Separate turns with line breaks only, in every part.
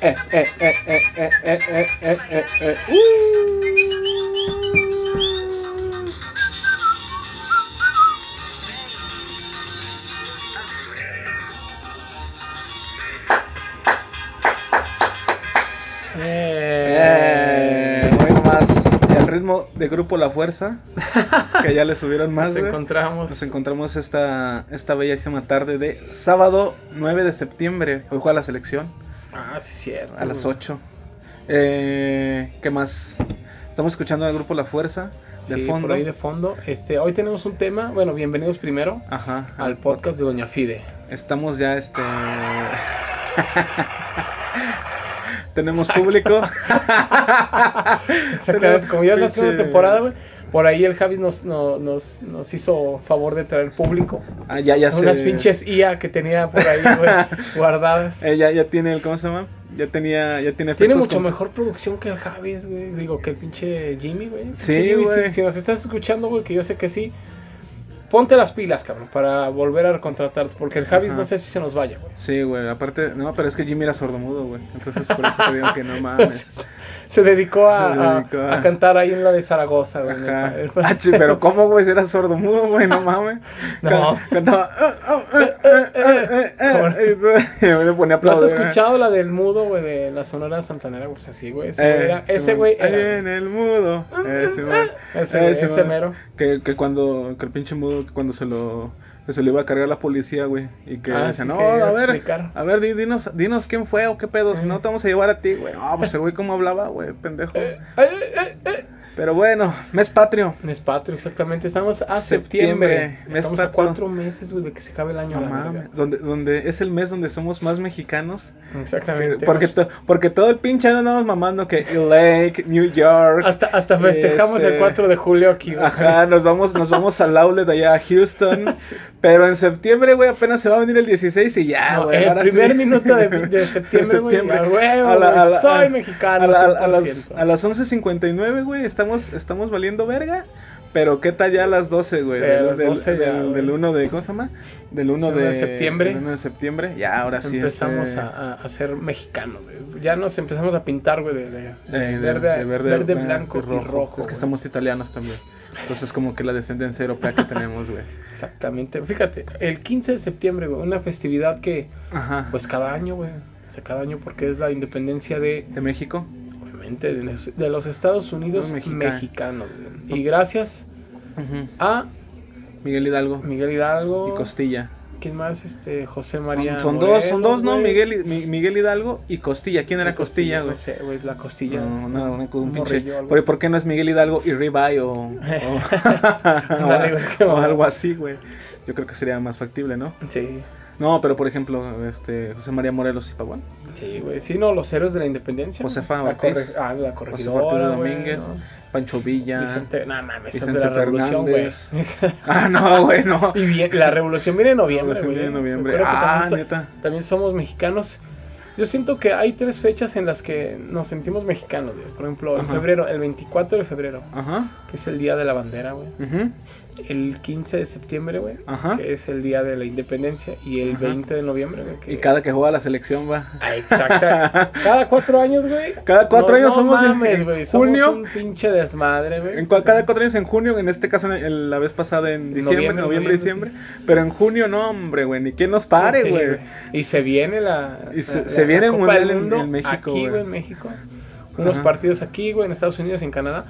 eh, eh, eh, eh, eh, eh, eh, eh, eh, eh. Uh. Eh, hoy nomás el ritmo de grupo La Fuerza, que ya le subieron más.
Nos
güey.
encontramos.
Nos encontramos esta, esta bellísima tarde de sábado 9 de septiembre. Hoy juega la selección
Ah, sí, cierto.
a las 8. Eh, ¿Qué más? Estamos escuchando al grupo La Fuerza
Sí,
de fondo.
por ahí de fondo. Este, hoy tenemos un tema. Bueno, bienvenidos primero
Ajá.
al podcast de Doña Fide.
Estamos ya este. Tenemos público.
Exactamente, como ya es la
Pinche-
segunda temporada, güey. Por ahí el Javis nos, no- nos, nos hizo favor de traer público.
Ah, ya, ya
Unas
se-
pinches IA que tenía por ahí, güey, guardadas.
Eh, ya, ya tiene el. ¿Cómo se llama? Ya tenía. Ya tiene
Tiene
efectos
mucho
con-
mejor producción que el Javis, güey. Digo, que el pinche Jimmy, güey. Pinche
Sí,
Jimmy,
güey.
Si, si nos estás escuchando, güey, que yo sé que sí. Ponte las pilas, cabrón, para volver a contratarte. Porque el Javis
Ajá.
no sé si se nos vaya, güey.
Sí, güey. Aparte. No, pero es que Jimmy era sordomudo, güey. Entonces por eso te digo que no mames.
Se dedicó a,
Se
a-
dedicó a-
a cantar ahí en la de Zaragoza, güey. en el
Ajá.
pa- el pa-
Ah, chi, pero ¿cómo, güey? Si era sordo mudo, güey, no mames.
No.
Ca- Cantaba. "Ah, ah, ah, ah, ah, ah", y yo me ponía a
¿No has
aplaudir. güey.
escuchado la del mudo, güey, de la Sonora Santanera? Pues así, güey. Ese
Eh,
güey era. Ese
Simón.
güey
Ahí
era-
en el mudo. Ese, güey.
Ese güey, ese
Simón.
mero.
Que, que cuando. Que el pinche mudo, que cuando se lo. Que se lo iba a cargar la policía, güey. Y que
Ah, sí,
decía, no,
que
a
iba a
ver.
explicar".
A ver, di- dinos, dinos quién fue o qué pedo. Si no, te vamos a llevar a ti, güey. Ah, pues el güey, ¿cómo hablaba, güey? Pendejo.
Eh, eh, eh.
Pero bueno, mes patrio.
Mes patrio, exactamente. Estamos a septiembre.
Septiembre, mes
Estamos a
patrio.
cuatro meses, güey, de que se acabe el año.
No
la verga.
mames, donde, donde es el mes donde somos más mexicanos.
Exactamente.
Que- porque, to- porque todo el pinche año andamos mamando que Lake, New York.
hasta, hasta festejamos
este,
el 4 de julio aquí, güey.
Ajá, nos vamos, nos vamos al outlet allá a Houston. Pero en septiembre, güey, apenas se va a venir el 16 y ya,
No,
güey.
el
ahora
primer
sí.
minuto de- de septiembre, güey, a huevo, güey, soy mexicano,
A, la- a la- a las,
100%.
a las 11.59, güey, estamos, estamos valiendo verga. Pero qué tal ya a las 12, güey.
Eh, a
Del-
las
del,
12 ya,
del-
güey.
del 1 de, ¿cómo se llama? Del 1
Del
de,
uno de septiembre.
Del 1 de septiembre. Ya, ahora sí.
empezamos
este,
a, a- a ser mexicanos, güey. Ya nos empezamos a pintar, güey, de, de-
eh,
de
de-
verde,
de
verde, blanco y rojo.
Es que
güey.
estamos italianos también. Entonces, como que la descendencia europea que tenemos, güey.
Exactamente. Fíjate, el 15 de septiembre, güey, una festividad que,
Ajá.
pues cada año, güey. O sea, cada año porque es la independencia de,
de México.
obviamente, de los, de los Estados Unidos
Los mexicanos.
mexicanos. güey. Y gracias a
Miguel Hidalgo
Miguel Hidalgo.
y Costilla.
¿Quién más? Este, José
Son-
María.
son
Moreno,
dos, son dos, ¿no?
güey.
Miguel, y- Mi- Miguel Hidalgo y Costilla. ¿Quién era Costilla, güey?
No sé, güey, la costilla.
No, no, no, un pinche-
morrillo, algo.
¿Por, por qué no es Miguel Hidalgo y Ribeye o, o-
Ándale, güey, qué
o
mamada.
algo así, güey? Yo creo que sería más factible, ¿no?
Sí,
No, pero por ejemplo, este José María Morelos y Pavón.
sí, güey. Sí, no, los héroes de la independencia.
Josefa
La
Ortiz.
corre- Ah, la
José
corregidora,
Martínez
güey,
Domínguez,
¿no?
Pancho Villa.
Vicente, no mames, es de
Vicente
la revolución, güey.
Fernández. Ah, no, güey, no.
y bien, la revolución viene en noviembre,
Revolución
güey.
viene en noviembre.
Recuerda que
Ah,
también so-
neta.
También somos mexicanos. Yo siento que hay tres fechas en las que nos sentimos mexicanos, güey. Por ejemplo, en
Ajá.
febrero, el 24 de febrero,
Ajá.
que es el día de la bandera, güey.
ujú,
El 15 de septiembre, güey,
Ajá.
que es el día de la independencia. Y el
Ajá.
20 de noviembre, güey. que-
Y cada que juega la selección va.
Ah, exacta. Cada cuatro años, güey.
Cada cuatro años somos en-
mames,
en
güey. Somos
junio.
un pinche desmadre, güey.
En cua- cada cuatro años en junio, en este caso en- en la vez pasada en diciembre,
Noviembre,
noviembre,
noviembre,
diciembre, pero en junio no, hombre, güey, ni quién nos pare,
Sí,
güey.
Y se viene la.
Y se-
la-
se
la
viene el
Copa
Mundial
del
en- en México,
Aquí,
güey.
güey, en México. Unos
Ajá.
partidos aquí, güey, en Estados Unidos y en Canadá.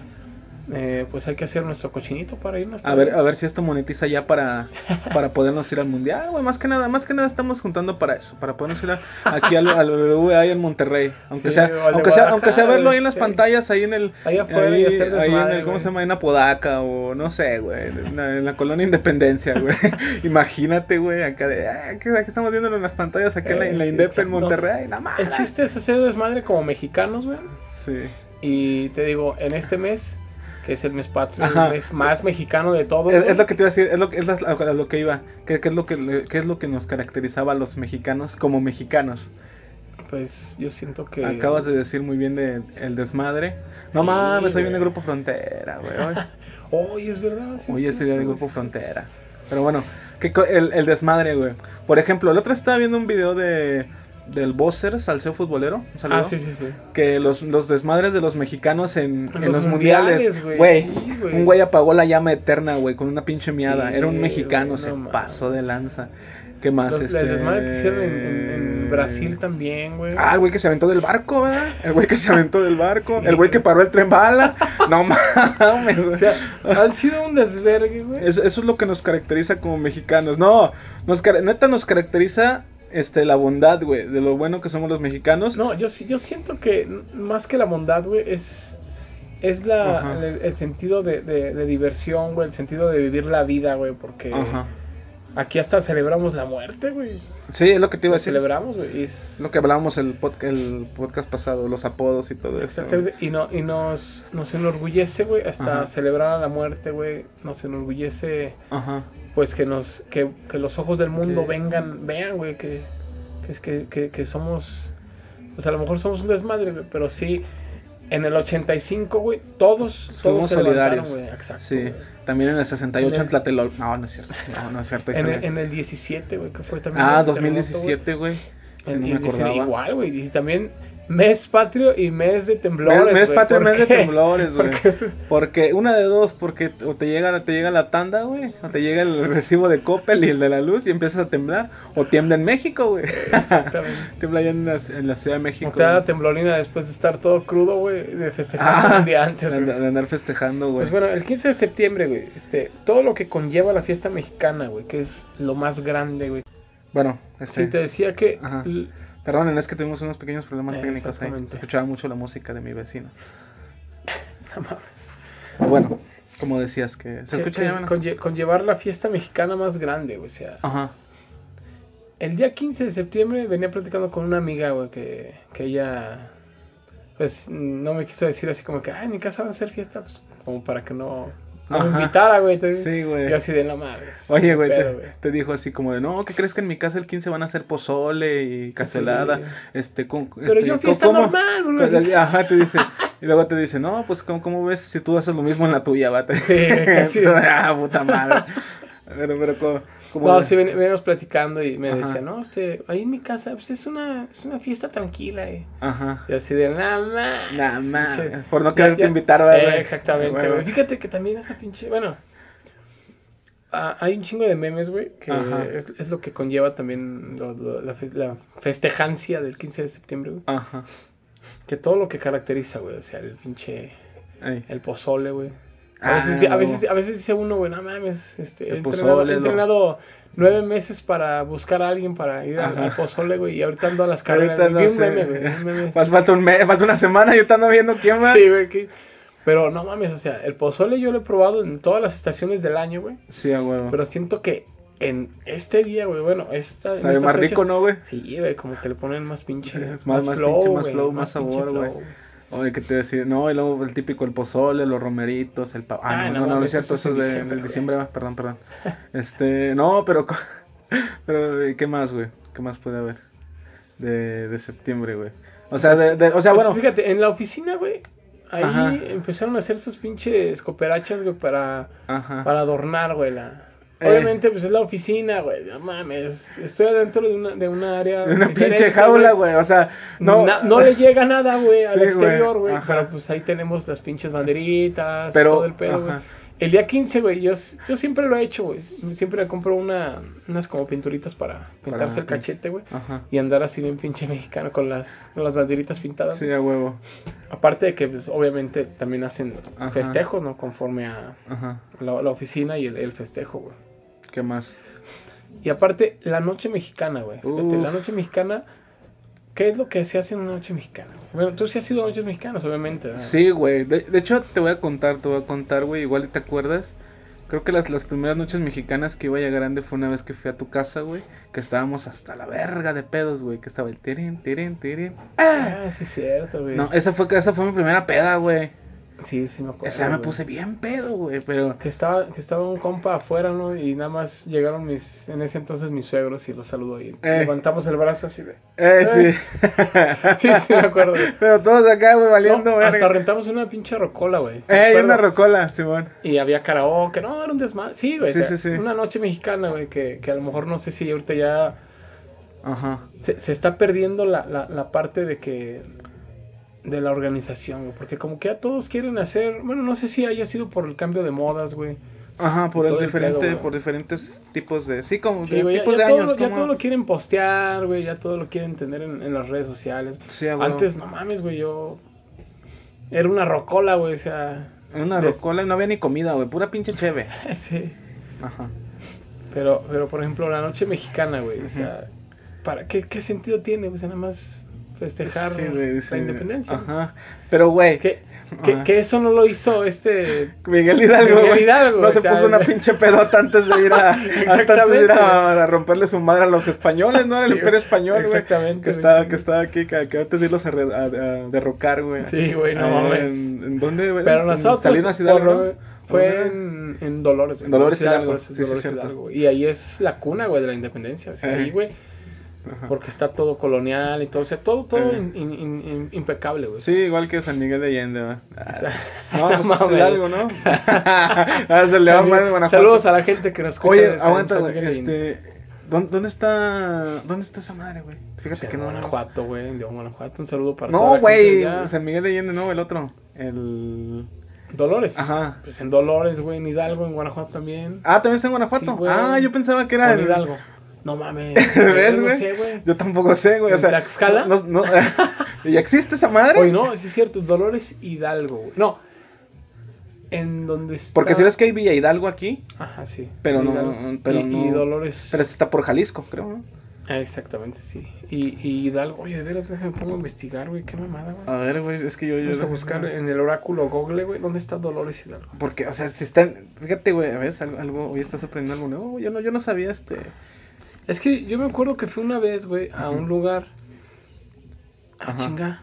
Eh, pues hay que hacer nuestro cochinito para irnos.
a ver, a ver si esto monetiza ya para, para podernos ir al mundial, güey. Más que nada, más que nada estamos juntando para eso, para podernos ir a- aquí al, al BBVA y en Monterrey, aunque
Sí,
sea,
o al de
aunque sea, aunque sea
Guadalajara,
verlo ahí en las
sí.
pantallas, ahí en el,
Ahí afuera y hacer
ahí en
desmadre,
el, ¿cómo se
güey.
llama? En Apodaca o no sé, güey, en la, en la colonia Independencia, güey. Imagínate, güey, acá de, ah, que aquí estamos viéndolo en las pantallas, acá en la, en la
Eh, sí,
Indep en
exacto.
Monterrey, nada más.
El chiste es hacer desmadre como mexicanos, güey.
Sí.
Y te digo, en este mes, que es el mes patrio,
Ajá.
el mes más mexicano de todos.
Es,
güey.
es lo que te iba a decir, es lo, es las- a lo que iba. ¿Qué, qué es lo que, le- qué es lo que nos caracterizaba a los mexicanos como mexicanos?
Pues yo siento que.
Acabas de decir muy bien de el desmadre. No
Sí,
mames, hoy
güey.
viene Grupo Frontera, güey. Hoy,
Hoy es verdad. sí,
hoy
sí,
es el día de
sí,
Grupo
sí.
Frontera. Pero bueno, ¿qué co- el, el desmadre, güey. Por ejemplo, el otro estaba viendo un video de, del Bosser, Salseo Futbolero, un saludo,
Ah, sí, sí, sí.
que los, los desmadres de los mexicanos en,
En
en los,
los
mundiales,
mundiales,
güey.
güey, sí, güey.
un güey apagó la llama eterna, güey, con una pinche miada.
Sí,
Era un mexicano,
güey,
se
no mames.
pasó de lanza. ¿Qué más?
Los-
este... eh,
El desmadre que hicieron en, en- en Brasil también, güey.
Ah, el güey que se aventó del barco, ¿verdad? El güey que se aventó del barco.
Sí.
El güey que paró el tren bala. No mames.
O sea, han sido un desvergue, güey.
Eso, eso es lo que nos caracteriza como mexicanos. No, nos car- neta nos caracteriza este la bondad, güey, de lo bueno que somos los mexicanos.
No, yo, sí- yo siento que n- más que la bondad, güey, es, es la,
Ajá.
el, el sentido de, de- de diversión, güey, el sentido de vivir la vida, güey, porque
Ajá.
aquí hasta celebramos la muerte, güey.
Sí, es lo que te iba a
eh, Lo
decir.
celebramos, güey. y es-
Lo que hablábamos el, podca- el podcast pasado, los apodos y todo eso.
Exactamente, y, no, y nos, nos enorgullece, güey, hasta
Ajá.
celebrar a la muerte, güey. Nos enorgullece,
Ajá.
pues, que nos que, que los ojos del mundo
Que-
vengan, vean, güey, que, que, es que, que, que somos, pues, a lo mejor somos un desmadre, güey, pero sí, en el 85, güey, todos, todos
Somos
se levantaron,
solidarios.
güey, exacto.
sí.
güey.
También en el 68
En
en,
el-
Tlatelol. No, no es cierto. No, no es cierto.
En el,
excelente.
en el 17, güey, que fue también.
pues ah,
el terremoto, güey.
2017, güey. Sí,
El-
no me
y dicen
acordaba.
Igual, güey, y también mes patrio y mes de temblores.
Mes- mes
güey,
patrio y
¿por
mes de
qué?
temblores, güey.
Porque es-
Porque una de dos, porque t- o te llega, te llega la tanda, güey, o te llega el recibo de Coppel y el de la luz y empiezas a temblar, o tiembla en México, güey.
Exactamente.
tiembla allá en la, en la Ciudad de México.
Como te da la
güey.
temblorina después de estar todo crudo, güey, de festejar
Ah,
un día antes.
de,
güey.
andar- de andar festejando, güey.
Pues bueno, el 15 de septiembre, güey, este, todo lo que conlleva la fiesta mexicana, güey, que es lo más grande, güey.
bueno,
Sí,
este,
te decía que
Ajá.
l-
perdonen, es que tuvimos unos pequeños problemas
Eh,
técnicos ahí.
exactamente.
Escuchaba mucho la música de mi vecino. bueno, como decías que se
que-
escucha
que
ya, mano?
eh, conlle- conllevar la fiesta mexicana más grande, güey, o sea,
Ajá.
el día 15 de septiembre venía platicando con una amiga, güey, que, que ella, pues, no me quiso decir así como que, ay, en mi casa va a hacer fiesta, pues, como para que no, no me
Ajá.
invitara, güey, entonces,
Sí, güey.
yo así de la madre. es
Oye,
un
güey,
pedo,
te, este, te dijo así como de, no, ¿qué crees que en mi casa el 15 van a hacer pozole y cazuelada?
Sí.
Este, con,
Pero
este,
yo
co-
fiesta normal, bro.
Pues, Ajá, te dice, y luego te dice, no, pues, ¿cómo, cómo ves si tú haces lo mismo en la tuya, bata?
Sí, casi.
ah, puta madre. Pero, pero, como... como
No,
de-
sí, ven- veníamos platicando y me
Ajá.
decía, no, este, ahí en mi casa, pues es una, es una fiesta tranquila, eh.
Ajá.
Y así de, nada más.
Nah, ma, por no quererte invitar, ¿verdad?
Eh, exactamente,
Bueno.
güey. Fíjate que también esa pinche, bueno, ah, hay un chingo de memes, güey, que
Ajá.
es, es lo que conlleva también lo- lo- la, fe- la festejancia del 15 de septiembre, güey.
Ajá.
Que todo lo que caracteriza, güey, o sea, el pinche,
Ey.
el pozole, güey.
Ah,
A veces, di- a,
no.
veces, a veces dice uno, güey, no mames, este, he
El
entrenado,
pozole,
he
lo-
entrenado nueve meses para buscar a alguien para ir al,
Ajá.
al pozole, güey, y ahorita ando a las carreras.
Ahorita
güey.
no
Vi un
sé.
meme, güey, vi un meme.
Fal- Falta, un mes, falta una semana, yo estando viendo quién va.
Sí, güey, que- Pero no mames, o sea, el pozole yo lo he probado en todas las estaciones del año, güey.
Sí, a huevo.
Pero siento que en este día, güey, bueno, esta. en
Sabe
estas
más
fechas-
rico, ¿no, güey?
Sí, güey, como que le ponen más pinche.
Sí, es más- más pinche, más flow, más
pinche
sabor, güey.
flow.
Oye, que te decía, no, y luego el típico el pozole, los romeritos, el pa... Ah,
Ah,
no,
no
no, no, no
mames,
es cierto,
eso
eso
es en
es de,
diciembre,
del
güey.
diciembre, va, perdón, perdón. Este, no, pero, co- pero ¿y ¿qué más, güey? ¿Qué más puede haber de, de septiembre, güey? O sea, de, de- o sea,
Pues
bueno,
Fíjate, en la oficina, güey. Ahí
Ajá.
empezaron a hacer sus pinches cooperachas, güey, para,
ajá,
para adornar, güey, la.
Ah. Eh.
Obviamente, pues es la oficina, güey. No mames. Estoy adentro de una, de una área.
de una
diferente,
pinche jaula, güey, o sea, no,
No, no le llega nada, güey, al
Sí, güey,
exterior, güey.
ajá.
Pero pues ahí tenemos las pinches banderitas,
Pero,
todo el pedo,
ajá.
güey. El día 15, güey, yo, yo siempre lo he hecho, güey. Siempre le compro una, unas como pinturitas para pintarse el
pinche-
cachete, güey.
Ajá,
Y andar así bien pinche mexicano con las, con las banderitas pintadas.
sí, a huevo,
Aparte de que, pues, obviamente, también hacen
Ajá.
festejos, ¿no? Conforme a
ajá,
la, la oficina y el, el festejo, güey.
¿qué más?
Y aparte, la noche mexicana, güey. Fíjate,
Uf.
la noche mexicana, ¿qué es lo que se hace en una noche mexicana? güey? Bueno, tú sí has ido a noches mexicanas, obviamente. ¿verdad?
Sí, güey. De, de hecho, te voy a contar, te voy a contar, güey. Igual y te acuerdas. Creo que las, las primeras noches mexicanas que iba ya grande fue una vez que fui a tu casa, güey. Que estábamos hasta la verga de pedos, güey. Que estaba el tirín, tirín, tirín.
Ah, sí, es cierto, güey.
No, esa fue, esa fue mi primera peda, güey.
sí, sí, me acuerdo.
Esa me
güey.
puse bien pedo, güey. Pero.
Que estaba, que estaba un compa afuera, ¿no? Y nada más llegaron mis, en ese entonces mis suegros y los saludó. Y
Eh.
levantamos el brazo así de.
Eh, sí.
Sí, sí, me acuerdo. güey.
pero todos acá, güey, valiendo,
No,
verga.
hasta rentamos una pinche rocola, güey. Me
Eh, y
acuerdo.
una rocola, Simón.
Y había karaoke, no, era un desmadre. Sí, güey. o
Sí,
sea,
sí, sí.
Una noche mexicana, güey, que, que a lo mejor no sé si ahorita ya
Ajá.
se, se está perdiendo la, la, la parte de que de la organización, güey, porque como que ya todos quieren hacer, bueno, no sé si haya sido por el cambio de modas, güey.
Ajá, por el
Todo el
diferente,
pedo, güey.
por diferentes tipos de. Sí, como
Sí,
de
güey, ya,
tipos
ya
Pues de
todo,
años.
lo- ya
como-
todo lo quieren postear, güey, ya todo lo quieren tener en, en las redes sociales.
Sí, a huevo.
Antes, no mames, güey, yo era una rocola, güey, o sea,
En una
des-
rocola y no había ni comida, güey. Pura pinche cheve.
sí.
Ajá.
Pero, pero por ejemplo, la noche mexicana, güey, o
Ujú.
sea, ¿para qué, qué sentido tiene? O sea, nada más festejar
Sí, güey,
la
sí.
independencia.
Ajá. Pero, güey.
Que, que-
Ajá.
que eso no lo hizo este...
Miguel Hidalgo,
Miguel
güey,
Hidalgo,
no
o
se
sea,
puso una
güey.
pinche pedota antes de ir a, antes de ir
Exactamente,
a, a romperle su madre a los españoles, ¿no?
Sí,
El imperio
güey.
español, güey.
Exactamente,
Que
güey,
estaba,
sí.
que estaba aquí, que, que antes de irlos a, re- a- a derrocar, güey.
Sí, güey, no
Eh,
mames.
¿En, en dónde, güey?
Pero
En
nosotros...
Salinas Hidalgo,
por-
¿no?
Fue
¿Dónde?
en, en Dolores, güey.
En Dolores Hidalgo,
es
sí, sí,
Dolores
cierto.
Hidalgo. Y ahí es la cuna, güey, de la independencia. O sea,
Ajá.
ahí, güey,
Ajá.
porque está todo colonial y todo. O sea, todo, todo
Ajá.
in- in- in- in- impecable, güey.
Sí, igual que San Miguel de Allende, güey.
O sea,
No, pues
mames.
es Hidalgo, ¿no? ah, se le va
Saludos-
mal en Guanajuato.
Saludos a la gente que nos escucha.
Oye,
de San-
aguanta,
San
güey.
Miguel de Allende.
Este, ¿dónde, dónde está, dónde está esa madre, güey? Fíjate que
León,
no. no-
Guanajuato, güey. Pues en León, Guanajuato. Un saludo para toda la
No,
gente
güey,
allá.
San Miguel de Allende, no, el otro. El.
Dolores.
Ajá.
Pues en Dolores, güey, en Hidalgo, en Guanajuato también.
Ah, también está en Guanajuato.
Sí, güey.
ah, yo pensaba que
O
era
en
el-
Hidalgo. No mames.
¿Ves,
No
güey?
sé, güey.
Yo tampoco sé, güey. O
¿En
sea,
Tlaxcala?
No, no, ¿Ya existe esa madre?
Oye, no, sí es cierto. Dolores Hidalgo, güey. No. En donde está.
Porque si ves que hay Villa Hidalgo aquí,
Ajá, sí.
pero no-
Hidalgo.
pero
y,
no-
y Dolores.
pero está por Jalisco, creo, ¿no?
Ah, exactamente, sí. Y, y Hidalgo. Oye, de veras, déjame pongo a investigar, güey. Qué mamada, güey.
A ver, güey, es que Ah, yo. yo
Vamos a buscar en el oráculo Google, güey. ¿Dónde está Dolores Hidalgo?
Porque, o sea, si están. Fíjate, güey, ¿ves? Algo, algo, hoy estás aprendiendo algo nuevo. Yo no, yo no sabía este.
Es que yo me acuerdo que fui una vez, güey, a un lugar. Ah,
Ajá.
chinga.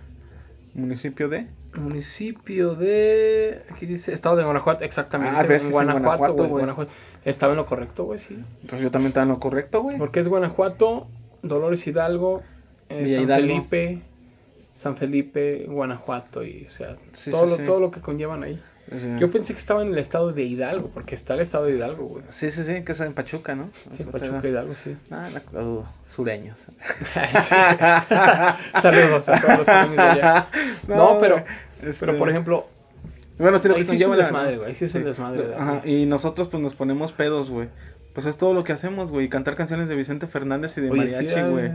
Municipio de.
Municipio de. Aquí dice Estado de Guanajuato, exactamente.
Ah, ves, es
en
en
Guanajuato,
Guanajuato,
güey.
güey.
Guanajuato. Estaba en lo correcto, güey, sí.
Pues yo también estaba en lo correcto, güey.
Porque es Guanajuato, Dolores Hidalgo, eh,
Villa
San
Hidalgo.
Felipe, San Felipe, Guanajuato, y o sea,
Sí,
todo,
sí, Mm.
lo,
sí.
todo lo que conllevan ahí.
O sea,
Yo pensé que estaba en el estado de Hidalgo, porque está el estado de Hidalgo, güey.
Sí, sí, sí, que es en Pachuca, ¿no?
Sí,
Eso te
Pachuca,
da-
Hidalgo, sí.
Ah, la- lo dudo. Sureños.
Saludos a todos los amigos de allá. No, pero, pero por ejemplo,
este, Bueno, sí, lo
ahí
que
sí es un
conlleva la-
desmadre, güey. Ahí sí es un
Sí.
desmadre. güey.
Ajá, y nosotros pues nos ponemos pedos, güey. Pues es todo lo que hacemos, güey. Cantar canciones de Vicente Fernández y de
Oye, sí,
mariachi,
ah,
güey.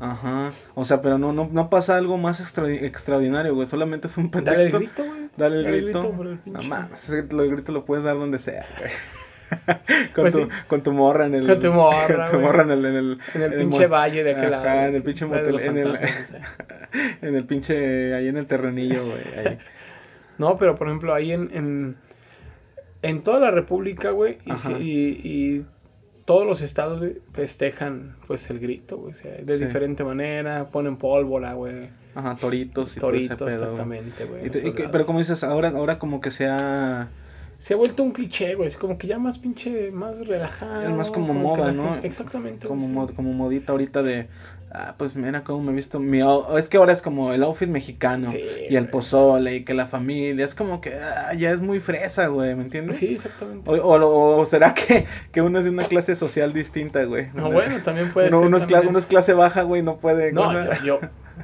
Ajá. O sea, pero no, no, no pasa algo más extra- extraordinario, güey. Solamente es un pretexto.
Dale el grito, güey.
Pues, Dale el grito.
por el pinche-
no mames, ese grito- el grito lo puedes dar donde sea, güey. con,
Pues
tu,
sí.
con tu morra en el.
Con tu morra,
con tu
güey.
morra en el. En el,
En el
en
pinche
mo-
valle de aquel
Eh, Ajá,
lado.
En
sí,
el pinche
valle de
motel.
los
En el,
fantasmas, o sea.
en el pinche. Ahí en el terrenillo, güey. ahí.
No, pero por ejemplo, ahí en. En, en toda la República, güey. Y,
Ajá.
si- y- y todos los estados güey, festejan, pues, el grito, güey. o sea, de
Sí.
diferente manera. Ponen pólvora, güey.
Ajá, toritos y
Toritos,
todo ese pedo. güey.
exactamente, güey.
Y
en
te- y
otros
que-
lados.
pero como dices, ahora, ahora como que sea
Se ha vuelto un cliché, güey. Es como que ya más pinche, más relajado.
Es más como
que
moda,
la
¿no?
gente- Exactamente.
como,
güey,
mod-
sí.
como modita ahorita de, ah, pues mira cómo me he visto, mi, ou- es que ahora es como el outfit mexicano
Sí,
y el
güey.
pozole y que la familia, es como que ah, ya es muy fresa, güey, ¿me entiendes?
Sí, exactamente.
O, o lo- o será que, que uno es de una clase social distinta, güey.
No, bueno, también puede
uno,
ser.
uno es
también
cla- uno es
eso.
clase baja, güey, no puede.
No,
cosa-
yo, yo-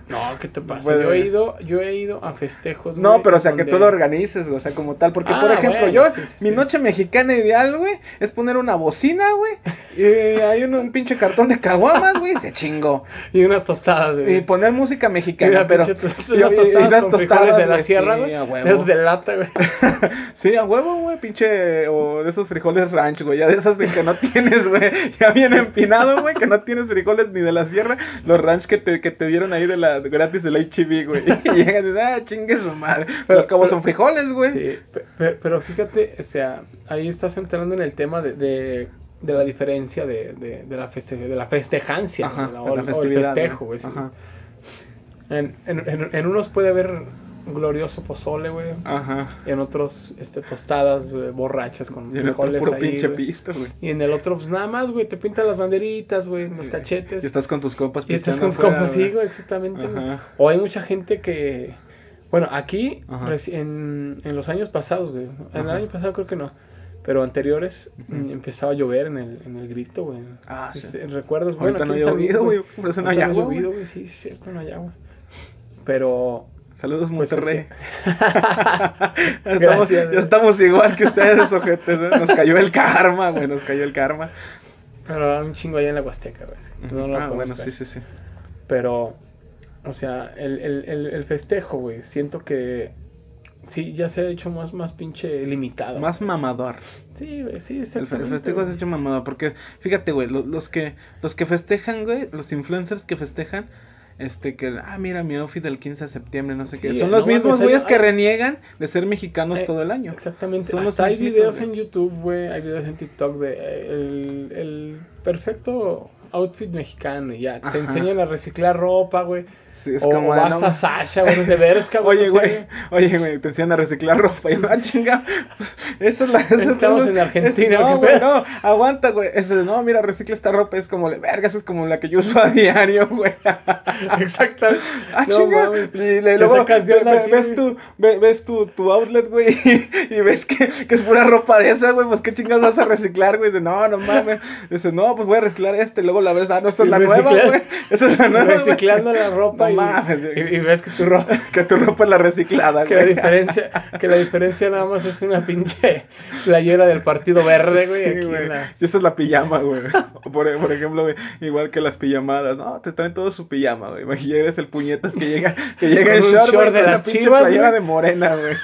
No, ¿qué te pasa?
Bueno.
yo he ido, yo he ido a festejos.
No,
güey,
pero o sea, que
donde-
tú lo organices, güey, o sea, como tal. Porque,
Ah,
por ejemplo,
bueno,
yo,
sí, sí,
mi
sí.
noche mexicana ideal, güey, es poner una bocina, güey, y hay un, un pinche cartón de caguamas, güey, y se chingo.
Y unas tostadas, güey.
Y poner música
Y
mexicana,
una
pero.
pinche tost-
y-
unas
y- y
tostadas
unas
con frijoles
tostadas,
de la
güey,
sierra,
sí,
güey.
a huevo.
Esos de lata, güey.
Sí, a huevo, güey, pinche. O de esos frijoles ranch, güey, ya de esas de que no tienes, güey, ya bien empinado, güey, que no tienes frijoles ni de la sierra. Los ranch que te, que te dieron ahí de la gratis del HB, güey. Y llegas y dices, ah, chingue su madre. Pero al cabo
pero-
son frijoles, güey.
Sí, pe- pe- pero fíjate, o sea, ahí estás entrando en el tema de, de, de la diferencia de, de, de la, feste de la festejancia,
Ajá,
¿no?
de
o,
la
o
festividad,
el
¿no?
festejo, güey. sí.
Ajá.
En, en, en, en unos puede haber glorioso pozole, güey.
Ajá.
Y en otros, este, tostadas güey, borrachas con
Y el otro
frijoles
puro
ahí,
pinche
güey.
pisto, güey.
Y en el otro, pues nada más, güey, te pintan las banderitas, güey, los cachetes.
Y estás con tus compas
Y estás
pisteando
con
afuera,
compas, sí,
güey.
güey, exactamente. güey.
Ajá.
O hay mucha gente que. Bueno, aquí,
Ajá.
reci- en, en los años pasados, güey. En el
Ajá.
año pasado creo que no. pero anteriores mm,
Ujú.
empezaba a llover en el, en el grito, güey.
Ah, sí.
Este, ¿Recuerdas?
Ahorita
aquí
no ha
en San Luis,
llovido, güey, por eso no hay
Ahorita
agua,
ha llovido,
güey.
güey, sí, es cierto, no hay agua. Pero...
Saludos
pues,
Monterrey.
así-
Ya estamos-
Gracias,
ya
güey.
estamos igual que ustedes, ojetes. ¿eh? Nos cayó el karma, güey. Nos cayó el karma.
Pero era un chingo allá en la Huasteca, güey. así que No lo
ah, bueno,
conozco.
sí, sí, sí.
Pero, o sea, el, el, el, el festejo, güey, siento que sí, ya se ha hecho más, más pinche limitado.
Más mamador.
Sí, güey, sí, es
El, fe- el festejo se ha hecho mamador. Porque, fíjate, güey, lo- los que los que festejan, güey, los influencers que festejan, este, que, ah, mira mi outfit del 15 de septiembre, no sé qué.
Sí, eh,
Son
no
los
mames,
mismos
hay-
güeyes que
hay- Eh,
reniegan de ser mexicanos todo el año.
Exactamente.
Son los
Hasta hay
mismitos,
videos
güey.
en YouTube, güey, hay videos en TikTok de eh, el, el perfecto outfit mexicano y ya.
Ajá.
Te enseñan a reciclar ropa, güey.
Sí, es
o
como de,
vas
no-
a Sasha, güey, no sé, verga, güey.
Oye,
no sé,
güey, oye, güey, te enseñan a reciclar ropa y no, ah, chinga. pues, Esa es la. esa es
Estamos
la-
en Argentina,
es- no,
¿qué
güey,
pedo?
no, aguanta, güey. Ese, no, mira, recicla esta ropa, es como, la- verga, esa es como la que yo uso a diario, güey.
Exactamente.
Ah,
No
chinga.
mames.
Y, le-
Te
luego
sacan de
ve-
onda
ve-
así,
ves,
güey.
tu, ve- ves tu, tu outlet, güey, y, y ves que, que es pura ropa de esa, güey. Pues qué chingas vas a reciclar, güey. Dice, no, no mames. Dice, no, pues voy a reciclar este. Luego la ves, ah, no, esta es
Y
la nueva,
reciclar-
güey. Esa es la nueva. güey.
Reciclando la ropa
No
y,
mames, güey.
y, y ves que tu ropa
Que tu ropa es la reciclada,
Que la
güey.
diferencia, que la diferencia nada más es una pinche playera del partido verde, güey.
Sí,
aquí en
güey.
la-
Y esa es la pijama, güey. O Por, por ejemplo, güey, igual que las pijamadas, ¿no? Te traen todo su pijama, güey. Imagínate, eres el puñetas que llega, que llega en
Con un
short,
short
güey,
de
con
las
una pinche
Chivas,
playera
güey.
de morena, güey.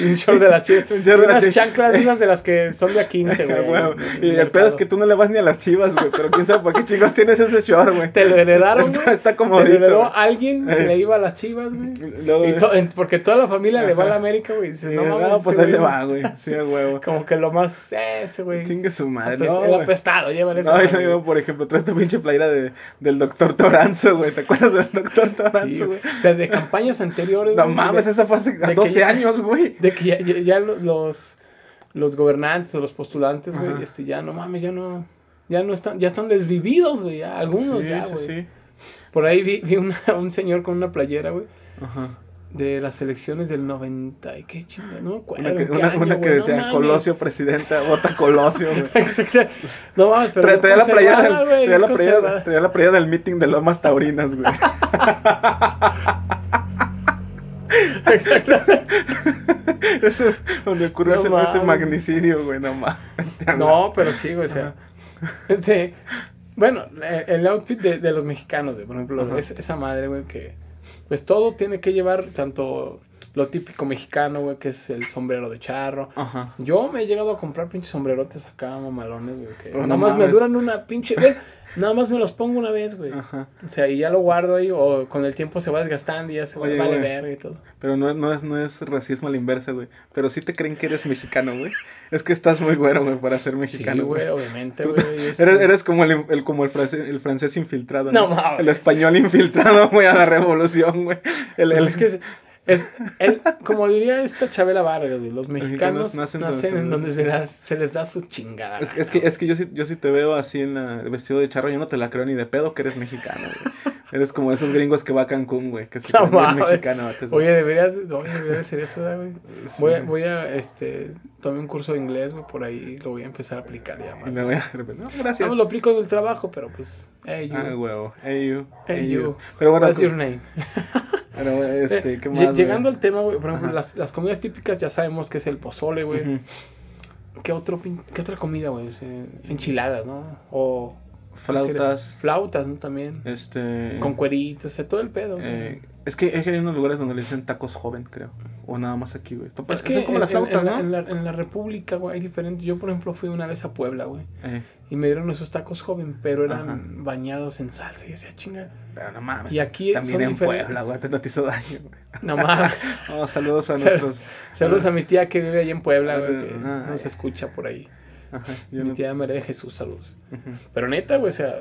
y un short de las chivas.
Un short de las
unas
Chivas.
chanclas de esas de las que son de a 15,
Ah,
güey.
güey.
en
Y el pedo
mercado.
es que tú no le vas ni a las chivas, güey. Pero quién sabe por qué chicos tienes ese short, güey.
Te lo heredaron,
Está-
güey.
está
Te lo
comodito,
heredó
güey.
alguien que
Eh.
le iba a las chivas, güey.
Luego,
Y to- en- porque toda la familia le va a la
Ajá.
América, güey. y dices,
Sí,
no, mames,
no, pues
ese
ahí le
güey,
va, güey. Sí, a huevo.
Como que lo más. eh, Ese, güey.
Chingue su madre.
apes-
no,
el
güey.
apestado, llévale esa
No, y
madre,
luego, por ejemplo, traes tu pinche playera de, del doctor Toranzo, güey. ¿Te acuerdas del doctor
güey. Sí, güey.
Toranzo, güey?
O sea, de campañas anteriores.
No
güey,
mames,
de-
esa fue hace
de que
12
ya-
años, güey.
De que ya, ya- ya lo- los, los gobernantes o los postulantes,
Ajá.
güey, este, ya no mames, ya no. Ya no están, ya están desvividos, güey, ya, algunos
sí,
ya,
sí,
güey.
sí.
Por ahí vi, vi una- un señor con una playera, güey,
Ajá.
de las elecciones del 90 y qué chingada, no me acuerdo
Una que,
en qué
una,
año,
una que
güey, no
decía
mames.
Colosio, presidenta, vota Colosio, güey.
Exacto. no mames, pero
Tra-
bien
traía, la playera del,
conservada, güey,
traía, la
bien
playera,
conservada.
traía la playera del meeting de Lomas Taurinas, güey.
Exacto.
Ese es donde ocurrió
No
ese, ese
mames.
magnicidio, güey, no mames.
No, pero sí, güey, o sea, este, bueno, eh, el outfit de, de los mexicanos, güey, por ejemplo,
Ajá.
es, esa madre, güey, que pues todo tiene que llevar tanto lo típico mexicano, güey, que es el sombrero de charro.
Ajá.
Yo me he llegado a comprar pinches sombrerotes acá, mamalones, güey, que
Pero Oh, no
nada más me
mames. Ah.
duran una pinche vez, nada más me los pongo una vez, güey.
Ajá.
O sea, y ya lo guardo ahí, o con el tiempo se va desgastando y ya se va-
Oye,
vale
güey.
verga y todo.
Pero no, no, es, no es racismo a la inversa, güey. Pero sí te creen que eres mexicano, güey. Es que estás muy güero, güey, para ser mexicano,
sí, güey,
güey.
obviamente,
Tú-
güey. es-
eres, eres como el, el- como el, francés, el francés infiltrado.
No mames.
El español infiltrado, güey, a la revolución, güey. El,
Pues
el-
es que es, es- el- como diría esta Chabela Vargas, güey, los mexicanos
mexicanos nacen
nacen,
donde se
en
les-
donde se, las- se les da su chingada.
es-
gana,
es que,
güey.
es que yo, sí, yo sí te veo así en la, vestido de charro, yo no te la creo ni de pedo que eres mexicano, güey. Eres como esos gringos que va a Cancún, güey, que se
No
creen bien
mames.
mexicanos. antes, güey.
Oye, deberías, oye, debería decir eso, güey.
Sí.
Voy, a- voy a, este, tomé un curso de inglés, güey, por ahí lo voy a empezar a aplicar ya
Y
más.
me voy a arrepentir. No, gracias.
No lo aplico en el trabajo, pero pues, hey, you,
Ah, huevo. Hey you.
hey,
Hey
you,
you. Pero bueno,
what's
cu-
your name?
pero bueno, este,
Eh, lle-
¿qué más? güey?
Llegando al tema, güey, por ejemplo,
Ajá.
las, las comidas típicas ya sabemos que es el pozole, güey.
Ujú.
¿Qué, otro, pin- ¿Qué otra comida, güey? O sea, Enchiladas, ¿no? O
Flautas.
Flautas, ¿no? También.
Este.
Con cueritos, o sea, todo el pedo. o sea.
eh, es que es que hay unos lugares donde le dicen tacos joven, creo. O nada más aquí, güey. Topa-
es Pues que
son como
en-
las
en-
flautas,
en, la-
¿no?
en la, en la República, güey, hay diferentes. Yo, por ejemplo, fui una vez a Puebla, güey.
Eh,
Y me dieron esos tacos joven, pero eran
Ajá.
bañados en salsa. Y decía, chinga.
pero no mames.
Y aquí
también
son
en
diferentes.
Puebla, güey. Te no te hizo daño, güey.
No mames.
Oh, saludos a
Sal-
nuestros.
Saludos a mi tía que vive allá en Puebla, güey. Que
Ah,
nos
ya.
escucha por ahí.
Ajá, yo
Mi
no-
tía María de Jesús, saludos.
Ujú.
Pero neta, güey, o sea.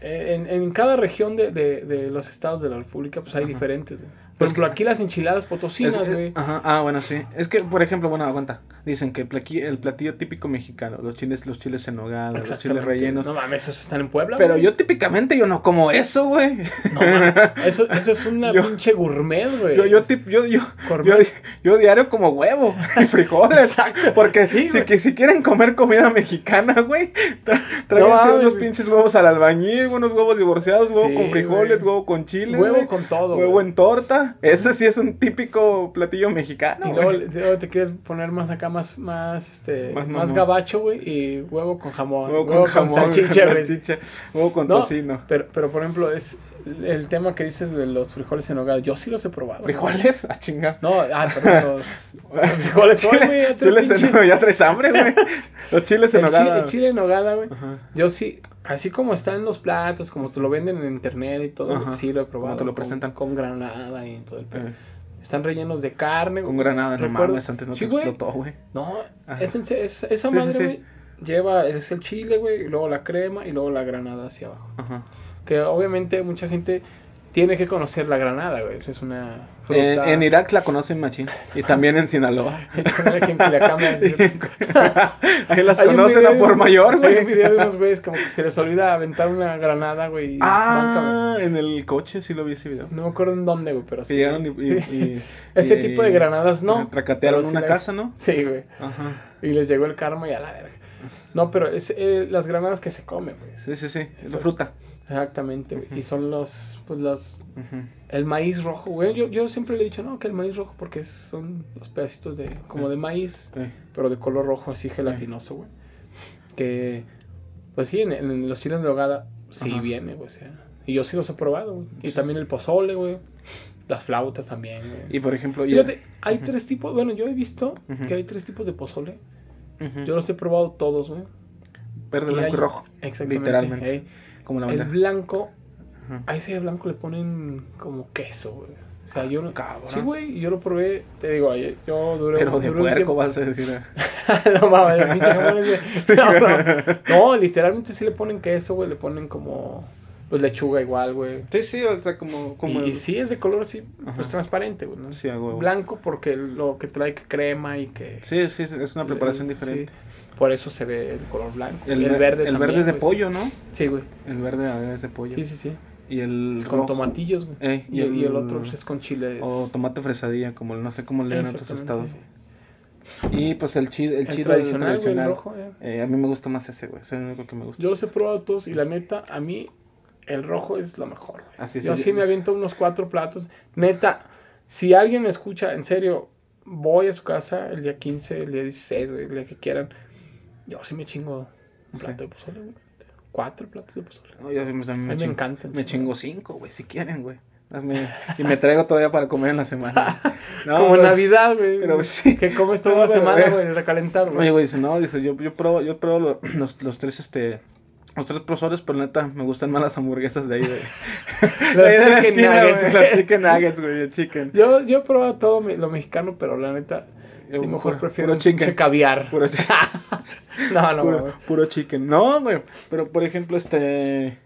eh, En, en cada región de, de, de los estados de la República, pues hay
Ajá.
diferentes. güey. Por ejemplo, aquí las enchiladas potosinas,
Es- es-
güey.
ajá, ah, bueno, sí. Es que, por ejemplo, bueno, aguanta. Dicen que plaqui- el platillo típico mexicano, los chiles, los chiles en nogada, los chiles
Exactamente.
rellenos.
No mames, esos están en Puebla.
pero
güey.
yo típicamente yo no como eso, güey.
No mames, eso, eso es una
Yo-
pinche gourmet, güey.
Yo, yo, tip- yo, yo, yo,
Gourmet.
yo diario como huevo y frijoles.
Exacto.
Porque
Sí,
si,
güey.
que, si quieren comer comida mexicana, güey, tra- tráiganse
mames,
unos
güey.
pinches huevos al albañil, unos huevos divorciados, huevo
Sí,
con frijoles,
güey.
huevo con chile,
Huevo
güey,
con todo,
huevo
güey.
en torta. Ese sí es un típico platillo mexicano,
Y
güey.
luego, le- luego te quieres poner más acá, más, más, este,
Más
más,
mamón.
gabacho, güey, y huevo con jamón.
Huevo con jamón,
salchicha, güey.
salchicha, huevo con
No,
tocino.
pero, pero, por ejemplo, es el tema que dices de los frijoles en hogar. Yo sí los he probado. güey.
¿Frijoles? A chingar.
No, ah, perdón, los, los frijoles. Oye, güey, ya te
chiles en
pinche-
nogada, ya traes hambre, güey. Los chiles en
el, chile,
nogada.
el chile en nogada, güey.
Ajá.
Yo sí, así como están los platos, como te lo venden en internet y todo,
Ajá.
sí lo he
Como
probado.
te lo
con-
presentan.
Con, granada y todo el pedo.
Eh,
Están rellenos de carne.
Con
güey.
granada, no
Recuerdo-
mames, antes no
Sí,
te
güey.
explotó, güey.
No,
Ajá.
es en se- es- esa
Sí, sí,
madre,
sí.
güey, lleva, es el chile, güey, y luego la crema y luego la granada hacia abajo.
Ajá.
Que obviamente mucha gente tiene que conocer la granada, güey. Es una
Eh, En,
fruta.
en Irak la conocen machín. Y también en Sinaloa.
en Culiacán, me hace-
Ahí las
Hay un
conocen
video
a
de
por
unos-
mayor,
Hay un
güey.
video de unos güeyes como que se les olvida aventar una granada, güey. y nunca,
Ah, en el coche sí lo vi ese video.
güey. no me acuerdo en dónde, güey, pero
Que
sí.
llegaron y. y- y-
Ese
y-
tipo de granadas no.
Tracatearon
pero sí
una
la-
casa, ¿no?
Sí, güey.
Ajá.
Y les llegó el karma y a la verga. No, pero es eh, las granadas que se comen, güey.
Sí, sí, sí. Es
Eso es.
fruta.
Exactamente, güey.
Ujú.
Y son los, pues los,
Ujú.
el maíz rojo, güey. Yo, yo siempre le he dicho, no, que el maíz rojo porque es- son los pedacitos de, como de maíz,
Sí.
pero de color rojo, así gelatinoso, güey. Que, pues sí, en, en los chiles de hogada sí
Ajá.
viene, güey. o sea, y yo sí los he probado, güey. Y
Sí.
también el pozole, güey. Las flautas también, güey.
Y por ejemplo, ya-
Fíjate, hay
Ujú.
tres tipos, bueno, yo he visto
Ujú.
que hay tres tipos de pozole.
Ujú.
Yo los he probado todos, güey.
verde,
Y
blanco y
hay-
rojo.
Exactamente.
Literalmente.
ey.
Como la
El
bandera.
blanco
Ajá.
A ese blanco le ponen como queso, güey. O sea, yo no.
Ah, Cabrón.
Sí, güey, yo lo probé, te digo, ayer, yo duré.
Pero de
duré un
puerco
tiempo-
vas a decir. eh.
no mames, el pinche jamón es de- no, no. No, literalmente sí le ponen queso, güey, le ponen como. Pues lechuga igual, güey.
Sí, sí, o sea, como. como
Y,
el-
y sí es de color así,
Ajá.
pues transparente, güey. ¿no?
Sí, a huevo.
Blanco porque lo que trae que crema y que.
Sí, sí, es una preparación
el-
diferente.
Eh, sí, Por eso se ve el color blanco.
El,
Y
ver-
verde
El
también,
verde es de
güey.
pollo, ¿no?
Sí, güey.
El verde a veces es de pollo.
Sí, sí, sí.
Y el
Con
rojo-
tomatillos, güey.
Eh,
y, el, y el otro pues, es con chiles.
O tomate fresadilla, como el- no sé cómo le llaman en otros estados.
Exactamente.
Y pues el chido, el,
El
chido
tradicional, güey, el
tradicional.
rojo, eh.
Eh, a mí me gusta más ese, güey. Es el único que me gusta.
Yo los he probado todos y la neta, a mí el rojo es lo mejor. güey.
Así es,
Yo
sí.
sí me aviento unos cuatro platos. Neta, si alguien me escucha, en serio, voy a su casa el día 15, el día 16, güey, el día que quieran. Yo sí me chingo un plato de pozole, güey. Cuatro platos de pozole.
No, yo a mí me,
me
chingo-
encanta el
Me
chido.
chingo cinco, güey, si quieren, güey. Hazme- y me traigo todavía para comer en la semana. güey. No,
Como
pero-
Navidad, güey.
pero sí.
Que comes toda
No,
la
pero,
semana,
eh.
güey, recalentado.
Oye,
güey.
güey, dice, no, dice, yo, yo pruebo, yo pruebo lo- los, los tres, este, los tres profesores, pero neta, me gustan más las hamburguesas de ahí, güey.
Los
Ahí de la
chicken
esquina,
nuggets,
güey,
güey.
Los chicken nuggets, güey, el chicken.
Yo, yo he probado todo me- lo mexicano, pero la neta,
Yo
sí, mejor
puro-
prefiero
puro
un pinche
chicken.
caviar.
Puro chi-
no, no,
puro,
güey.
puro chicken. No, güey. Pero por ejemplo, este.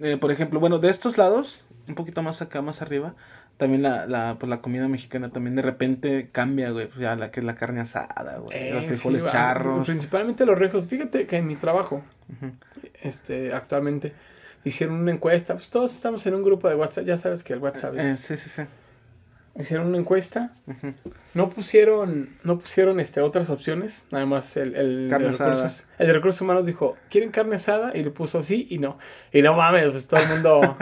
eh, por ejemplo, bueno, de estos lados, un poquito más acá, más arriba, también la, la, pues, la comida mexicana también de repente cambia, güey. Pues ya la que es la carne asada, güey.
Eh,
los
sí,
frijoles
va, ah,
charros.
Principalmente los rejos. Fíjate que en mi trabajo,
Ujú.
este, actualmente, hicieron una encuesta. Pues todos estamos en un grupo de WhatsApp, ya sabes que el WhatsApp
Eh,
es-
sí, sí, sí.
Hicieron una encuesta.
Ujú.
No pusieron, no pusieron este, otras opciones. Nada más el, el, de
Carne asada.
recursos, el de recursos humanos dijo, ¿quieren carne asada? Y le puso sí y no. Y no mames, pues todo el mundo,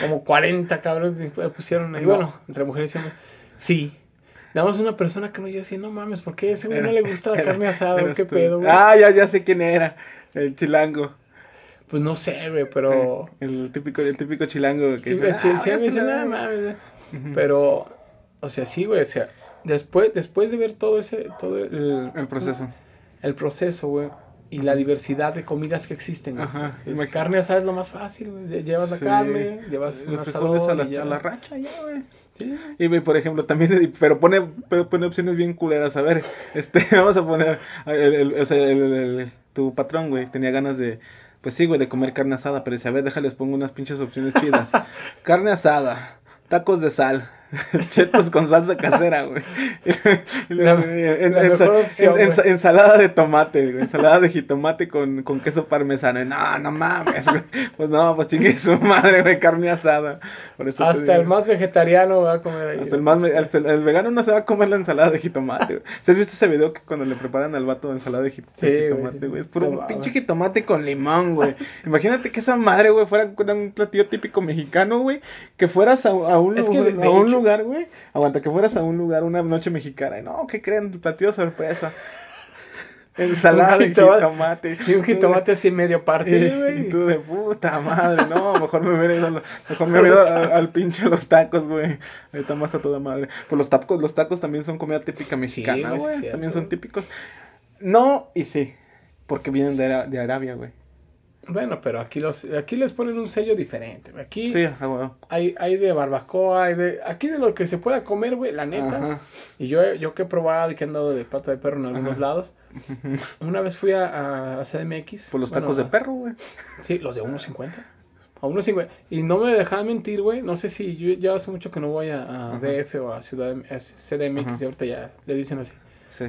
como 40 cabrones le pusieron ahí.
No.
Bueno, entre mujeres y hombres, sí. Nada más una persona que no, yo decía, no mames, ¿por qué a ese güey no le gusta la
Era-
carne asada?
eras
¿Qué
tú.
pedo, güey?
Ah, ya, ya sé quién era. El chilango. Eh,
Pues no sé, güey, pero.
El típico, el típico chilango. Que
Sí,
dice,
güey, sí,
"Ah,
sí, me
voy a
dice,
cenar".
"No mames, güey".
Ujú.
Pero, o sea, sí, güey, o sea, después, después de ver todo ese, todo el,
El proceso.
el proceso, güey, y la diversidad de comidas que existen, güey.
Ajá,
Es-
imagínate.
carne asada es lo más fácil, güey. Lle- Llevas la
Sí.
carne, llevas un
Los frijoles
asador
a la,
y ya.
a la racha, ya, güey.
Sí.
Y güey, por ejemplo, también, y- pero pone, pero pone opciones bien culeras. A ver, este, vamos a poner, el- el- o sea, el- el- tu patrón, güey, tenía ganas de, pues sí, güey, de comer carne asada, pero dice, a ver, déjales, pongo unas pinches opciones chidas. carne asada, tacos de sal, Chetos con salsa casera, güey. Y
La-
luego, eh, en-
la
ensa-
mejor opción,
en- ensa-
güey.
ensalada de tomate, güey. Ensalada de jitomate con, con queso parmesano. Y No, no mames, güey. Pues no, pues chingue su madre, güey. Carne asada. Por eso te
Hasta el
digo.
más vegetariano va a comer ahí.
Hasta el más. me- hasta el, el vegano no se va a comer la ensalada de jitomate, güey. ¿Sí ¿Has visto ese video que cuando le preparan al vato ensalada de, ji- de
Sí, güey, sí,
jitomate,
sí.
güey? Es puro
No mames.
pinche jitomate con limón, güey. Imagínate que esa madre, güey, fuera con un platillo típico mexicano, güey. Que fueras a, a un,
Es que de-
lugar-
de
a un
hecho-
lugar, güey. Aguanta, que fueras a un lugar una noche mexicana. y No, ¿qué creen? Platillo sorpresa. Ensalada
Un
de
jitomate-
jitomate.
Y un jitomate así medio parte,
Eh, Y,
güey.
tú de puta madre, no, mejor me hubiera ido, a lo- mejor me hubiera ido al, al pinche a los tacos, güey. Ahorita más a toda madre. Pues los tacos, los tacos también son comida típica
güey,
mexicana,
sí es
güey.
cierto.
también son típicos. No, y sí, porque vienen de, Ara- de Arabia, güey.
Bueno, pero aquí los aquí les ponen un sello diferente. güey. Aquí
Sí, ah, güey.
hay, hay de barbacoa, hay de aquí de lo que se pueda comer, güey, la neta.
Ajá.
Y yo, yo que he probado y que he andado de pata de perro en algunos
Ajá.
lados. Una vez fui a, a CDMX.
Pues
bueno,
los tacos de
a-
perro, güey.
Sí, los de 1.50. A 1.50. Y no me dejaban mentir, güey. No sé si yo ya hace mucho que no voy a, a
Ajá.
DF o a Ciudad a CDMX
Ajá.
y ahorita ya le dicen así.
Sí.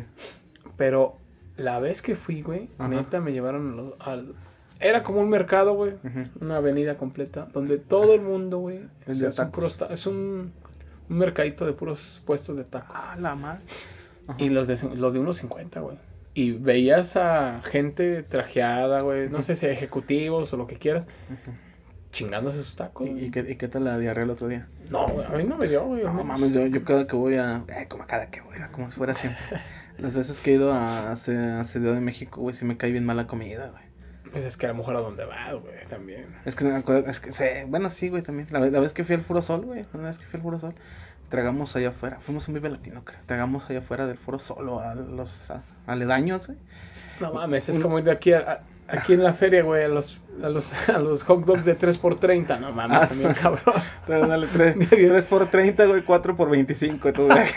Pero la vez que fui, güey,
Ajá.
neta me llevaron a los- al... Era como un mercado, güey.
Ujú.
Una avenida completa donde todo el mundo, güey.
Es
o sea,
de
Es, un,
tacos.
prosta- es un, un mercadito de puros puestos de tacos.
Ah, la madre. Ajá.
Y los de, los de 1.50, güey. Y veías a gente trajeada, güey. No sé si ejecutivos o lo que quieras.
Ujú.
Chingándose sus tacos.
¿Y, y
güey.
qué, y qué tal la diarrea el otro día?
No, güey, a mí no me dio, güey.
No
No,
mames, yo, yo cada que voy a. eh, como cada que voy, a- como si fuera siempre. Las veces que he ido a, a, Ci- a Ciudad de México, güey, sí me cae bien mala comida, güey.
Pues es que a lo mejor a donde vas, güey, también.
Es que, no me acuerdo- es que sí, bueno, sí, güey, también. La, vez- la vez que fui al Foro Sol, güey, una vez que fui al Foro Sol, tragamos allá afuera. Fuimos a un vive latino, creo. Tragamos allá afuera del Foro Sol o a los a- aledaños, güey.
No mames, es
Un-
como ir de aquí a- a- Aquí en la feria, güey, a los, a los, a los hot dogs de 3x30, no mames,
Ah,
también,
no.
cabrón.
Entonces, dale 3 por 30, güey, 4 por 25. Entonces,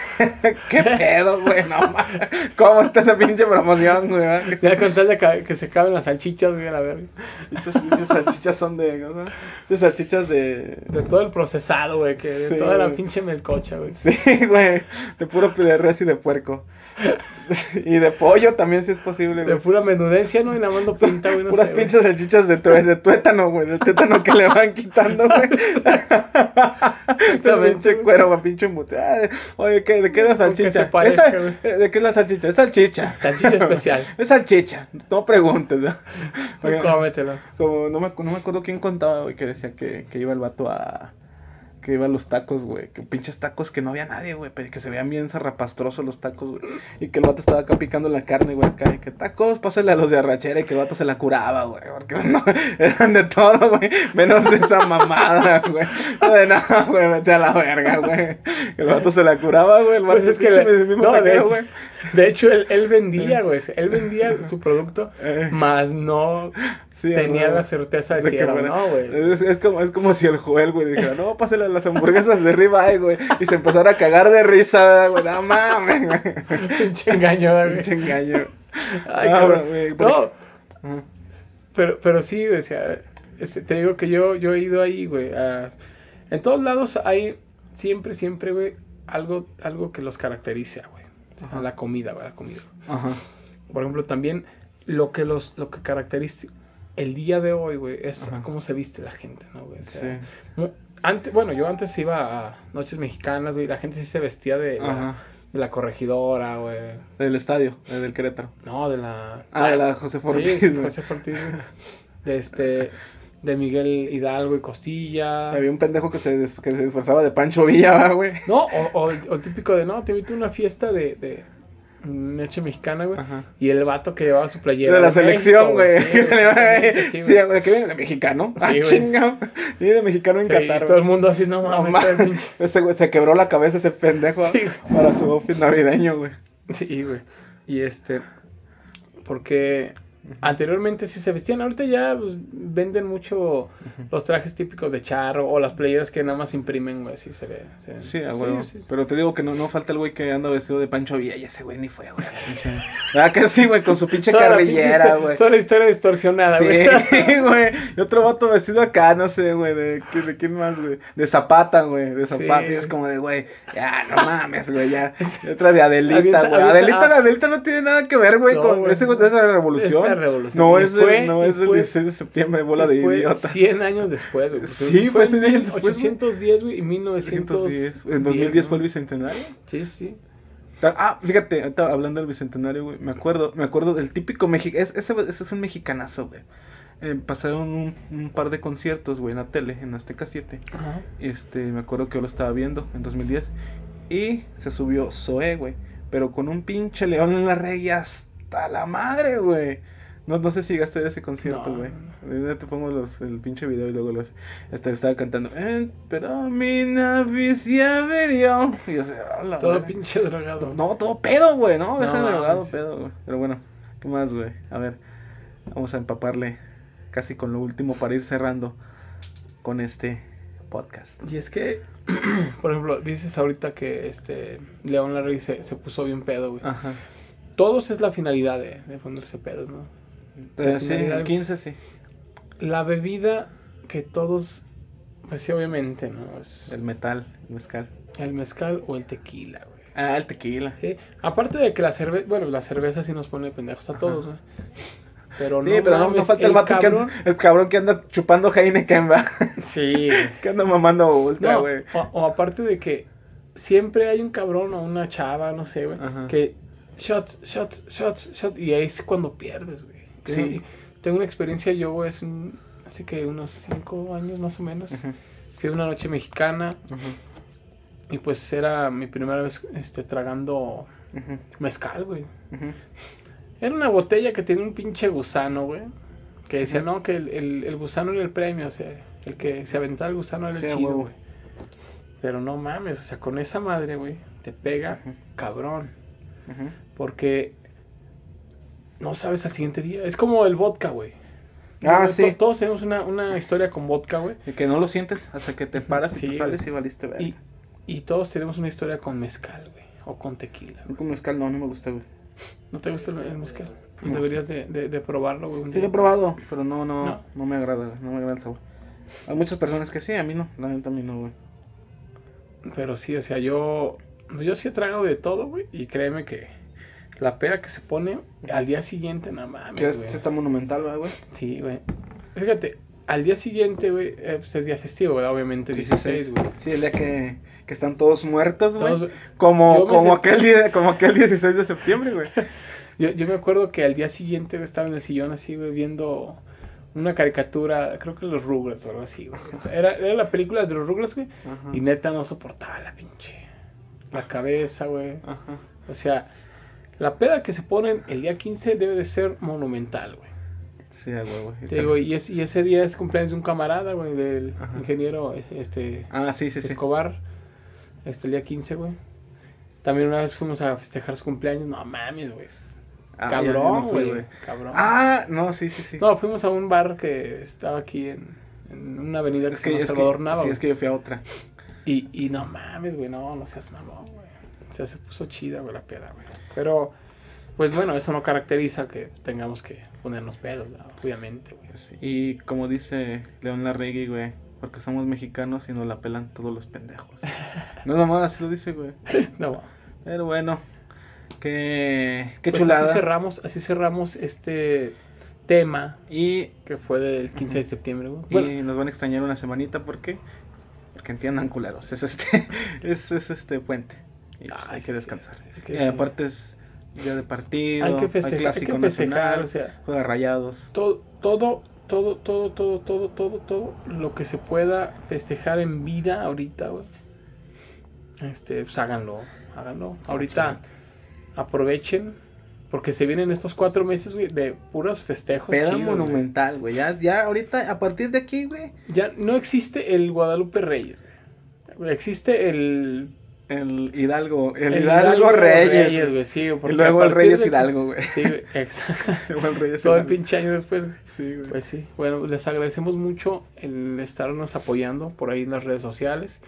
¿qué pedo, güey? No mames. ¿Cómo está esa pinche promoción, güey? va? Que
Ya con tal de que, que se caben las salchichas, güey, a la verga.
Esas pinches salchichas son de. ¿no? Esas salchichas de.
De todo el procesado, güey, que de
Sí,
toda la
güey.
pinche melcocha, güey.
Sí, güey. De puro de res y de puerco. Y de pollo también, si es posible,
De
güey.
pura menudencia, ¿no? Y nada más lo pinta, güey, no
Puras
sé, güey.
pinches salchichas de, tue- de tuétano, güey. Del tuétano que le van quitando, güey. Del
Exactamente,
pinche
güey.
cuero, va pinche embute. Ah, Oye, ¿qué- ¿de qué es la
Con que se
salchicha?
parezca,
Esa-
güey.
eh, ¿De qué es la salchicha? Es salchicha.
Salchicha especial.
Es salchicha. No preguntes, ¿no?
Tú
Oigan,
Pues, cómetelo.
Como no me, acu- no me acuerdo quién contaba, güey, que decía que, que iba el vato a. Que iba a los tacos, güey. Que pinches tacos que no había nadie, güey. Pero que se veían bien zarrapastrosos los tacos, güey. Y que el vato estaba acá picando la carne, güey. Acá, y que tacos, pásale a los de arrachera. Y que el vato se la curaba, güey. Porque no, eran de todo, güey. Menos de esa mamada, güey. No, de nada, güey. Vete a la verga, güey. El vato se la curaba, güey. El vato
Pues es que
pinche
le-
mismo
no,
taquero,
de-
güey.
De hecho, él, él vendía, güey. Él vendía su producto,
Eh.
más no
Sí,
tenía
güey.
la certeza de
De
si
que
era o
fuera-
no, güey.
Es, es como, es como si el Joel, güey, dijera, no, pásale las hamburguesas de ribeye, güey. Y se empezara a cagar de risa, güey. No mames, güey.
Pinche engaño, güey.
Pinche engaño.
Ay,
Ah,
cabrón.
güey, por
No,
Ajá.
pero, pero sí, o sea, este, te digo que yo, yo he ido ahí, güey. a- en todos lados hay siempre, siempre, güey, algo, algo que los caracteriza, güey. O sea,
Ajá.
la comida, güey, la comida.
Ajá.
Por ejemplo, también lo que los, lo que caracteriza el día de hoy, güey, es
Ajá.
cómo se viste la gente, ¿no, güey? O
Sí.
sea, mu- Antes, bueno, yo antes iba a noches mexicanas, güey, la gente sí se vestía de la,
Ajá.
de la corregidora, güey.
Del estadio, eh, del Querétaro.
No, de la...
Ah, de la José Fortís,
Sí,
güey.
José Ortiz, güey. De este. De Miguel Hidalgo y Costilla.
Había un pendejo que se, des- que se disfrazaba de Pancho Villa, ¿va, güey.
No, o, o el, o el típico de no, te invito a una fiesta de. de noche mexicana, güey.
Ajá.
Y el vato que llevaba su playera.
De la
México,
selección, güey.
Sí, exactamente, sí,
Sí,
güey.
güey, que viene de mexicano.
Sí,
ah,
güey.
chingado. Viene de mexicano en
Sí, y
Qatar.
todo el
güey.
mundo así, no
No
mames.
mames.
todo el pinche-
Ese güey se quebró la cabeza ese pendejo
Sí,
para su office navideño, güey.
Sí, güey. Y este. Porque Anteriormente sí se vestían, ahorita ya pues, venden mucho los trajes típicos de charro o las playeras que nada más imprimen, güey, así se ve. se-
Sí, a huevo. Pero te digo que no, no falta el güey que anda vestido de Pancho Villa y ese güey ni fue, güey. Pinche- Ah, que sí, güey, con su pinche
Toda la pinche
carrillera,
histo-
güey.
Toda la historia distorsionada, güey.
Sí, güey. Y otro vato vestido acá, no sé, güey. De, qui- de quién más, güey? De Zapata, güey. De Zapata.
Sí.
Y es como de, güey, ya, no mames, güey, ya. Y otra de Adelita,
Avienta-
güey.
avienta-
Adelita,
ah.
la Adelita no tiene nada que ver, güey,
No,
con
güey.
ese güey es de la
Es
revolución.
la revolución.
No
Y
es, de-
fue-
no
y
es del
fue-
16 de septiembre, bola de
Fue
idiotas.
100 años después, güey.
Sí,
fue
fue 100
en
años después, güey.
810, güey, y 1910.
1910. En 2010 fue el
¿no?
bicentenario.
Sí, sí.
Ta- Ah, fíjate, ahorita hablando del bicentenario, güey, me acuerdo, me acuerdo del típico mexicano, ese, ese es un mexicanazo, güey. Eh, pasaron un, un par de conciertos, güey, en la tele, en Azteca 7.
Ajá.
Este, me acuerdo que yo lo estaba viendo en 2010. Y se subió Zoe, güey, pero con un pinche león en la rey hasta la madre, güey. No, no sé si llegaste a ver ese concierto,
No.
güey. Ahorita Te pongo los, el pinche video y luego los... Este, estaba cantando... "Eh, Pero mi nave se averió". Y yo sé, "Hola,
Todo
madre".
pinche drogado.
No, todo pedo, güey, no,
No
deja de drogado,
mames.
pedo, güey. Pero bueno, ¿qué más, güey? A ver, vamos a empaparle casi con lo último para ir cerrando con este podcast.
Y es que, por ejemplo, dices ahorita que este León Larry se, se puso bien pedo, güey.
Ajá.
Todos es la finalidad de, de ponerse pedos, ¿no?
Eh, sí,
finalidad,
el
güey.
15 sí.
La bebida que todos, pues sí, obviamente, ¿no? Es
El
el,
metal, el mezcal.
mezcal o el tequila, güey.
Ah, el tequila. Sí,
Sí, aparte de que la cerveza, bueno, la cerveza sí nos pone pendejos a todos, güey. Pero no,
pero no, no
mames,
falta el, vato que anda- el cabrón que anda chupando Heineken, va.
Sí. güey.
que anda mamando ultra,
No,
güey.
o, o aparte de que siempre hay un cabrón o una chava, no sé, güey,
Ajá.
que shots, shots, shots, shots, y ahí es cuando pierdes, güey. Que
Sí.
no- Tengo una experiencia, yo, güey, es un, hace que unos cinco años más o menos,
Ujú,
fui a una noche mexicana
ujú,
y pues era mi primera vez este, tragando
ujú,
mezcal, güey.
ujú.
Era una botella que tiene un pinche gusano, güey. Que decía,
Ujú.
no, que el, el- el gusano era el premio, o sea, el que se aventaba el gusano era
Sí, a
el chido,
huevo.
güey. Pero no mames, o sea, con esa madre, güey, te pega,
Ujú.
cabrón.
Ujú.
Porque no sabes al siguiente día. Es como el vodka, güey.
Ah,
No, to-
sí.
Todos tenemos una, una historia con vodka, güey.
Y que no lo sientes hasta que te paras
Sí,
y te
güey.
sales y valiste,
Y,
güey.
y todos tenemos una historia con mezcal, güey. O con tequila. güey.
Con mezcal no, no me gusta, güey.
¿No te gusta el, el mezcal? Pues
No.
deberías de, de- de probarlo, güey. un
Sí lo he
día.
probado, pero no, no, no,
No.
me agrada, güey, no me agrada el sabor. Hay muchas personas que sí, a mí no, la neta a mí no, güey.
Pero sí, o sea, yo, pues yo sí he tragado de todo, güey. Y créeme que la pera que se pone al día siguiente, nada
Sí, es-
mames,
sí
güey.
está monumental, ¿verdad, güey.
Sí, güey. Fíjate, al día siguiente, güey, eh, pues es día festivo, ¿verdad? Obviamente, 16, güey.
Sí, el día que, que están todos muertos, güey.
Todos-
Como,
Yo me
como
sentí-
aquel día, como aquel 16 de septiembre, güey.
Yo, yo me acuerdo que al día siguiente güey, estaba en el sillón así, güey, viendo una caricatura, creo que los Rugrats o algo así, güey. Era, era la película de los Rugrats, güey.
Ajá.
Y neta no soportaba la pinche. La cabeza, güey.
Ajá.
O sea, la peda que se ponen el día 15 debe de ser monumental, güey.
Sí, a huevo.
Te
está-
digo, y, es- y ese día es cumpleaños de un camarada, güey, del
Ajá.
ingeniero este,
Ah, sí, sí, sí.
Escobar. Este, el día 15, güey. También una vez fuimos a festejar su cumpleaños. No mames, güey.
Ah, ya, ya no
cabrón,
fui,
güey. Cabrón.
Ah, no, sí, sí, sí.
No, fuimos a un bar que estaba aquí en, en una avenida que
es
se
que,
llama
es que,
Salvador Nava.
sí,
güey.
es que yo fui a otra.
Y, y no mames, güey, no, no seas mamón, güey. O sea, se puso chida, güey, la peda, güey. Pero, pues bueno, eso no caracteriza que tengamos que ponernos pedos, ¿no? obviamente, güey.
Sí, Y como dice León Larregui, güey, porque somos mexicanos y nos la pelan todos los pendejos. No, nomás así lo dice, güey.
No,
Pero bueno, qué, qué
pues
chulada.
Así cerramos, así cerramos este tema
Y,
que fue del 15 de septiembre, güey.
y
Bueno,
nos van a extrañar una semanita porque porque entiendan culeros, es este es, es este puente. Y, pues,
Ah,
hay
sí,
que
sí,
descansar.
sí, hay que
Eh,
sí.
aparte es día de partido,
Hay que festejar-
clásico
hay que festejar,
nacional,
o sea.
juega Rayados.
todo, todo, todo, todo, todo, todo, todo, todo lo que se pueda festejar en vida ahorita, güey. Este, pues háganlo, háganlo. Ahorita aprovechen, porque se vienen estos cuatro meses, güey, de puros festejos.
Peda
chidos, güey.
monumental, güey. Ya, ya ahorita a partir de aquí, güey,
Ya no existe el Guadalupe Reyes, güey. Existe el
El Hidalgo, el, Hidalgo, Reyes. güey.
güey, sí, güey, porque
y luego
a
el
partir
Reyes
de que-
Hidalgo, güey.
Sí, güey, exacto.
Luego el Reyes
Todo el
Hidalgo.
pinche año después, güey.
Sí, güey.
Pues sí, bueno, les agradecemos mucho el estarnos apoyando por ahí en las redes sociales,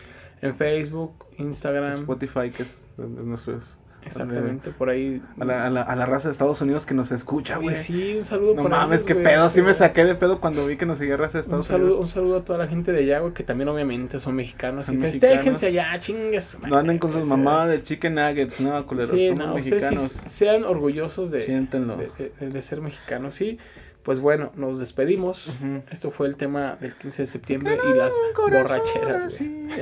en Facebook, Instagram,
Spotify, que es donde nuestros.
exactamente, por ahí.
A la, a la- a la raza de Estados Unidos que nos escucha,
Oye,
güey.
sí, un saludo
No
para
mames,
ellos,
qué
güey,
pedo. Sí me
pero-
saqué de pedo cuando vi que nos seguía raza
Un
de Estados
saludo, un
Unidos.
saludo a toda la gente de allá, güey, que también obviamente son mexicanos.
Son
y
mexicanos.
festéjense allá, chingues.
No anden con sus
madre,
mamadas de chicken nuggets, no,
ese-
culeros.
Sí,
Somos
no, ustedes sí
mexicanos.
sean orgullosos de,
Siéntenlo.
de- de- de ser mexicanos. Sí, pues bueno, nos despedimos.
Ujú.
Esto fue el tema del 15 de septiembre y las borracheras, güey.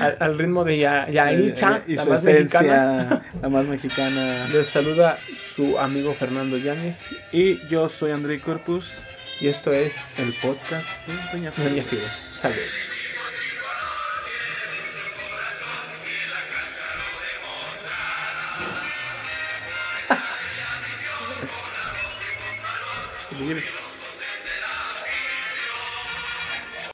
Al, al ritmo de ya, ya Icha,
Eh, y
la
su
más
esencia,
mexicana.
la más mexicana.
Les saluda su amigo Fernando Llanes
Y yo soy André Corpus,
y esto es
el podcast de Doña Flor.
Doña Fide. Saludos.
Sí.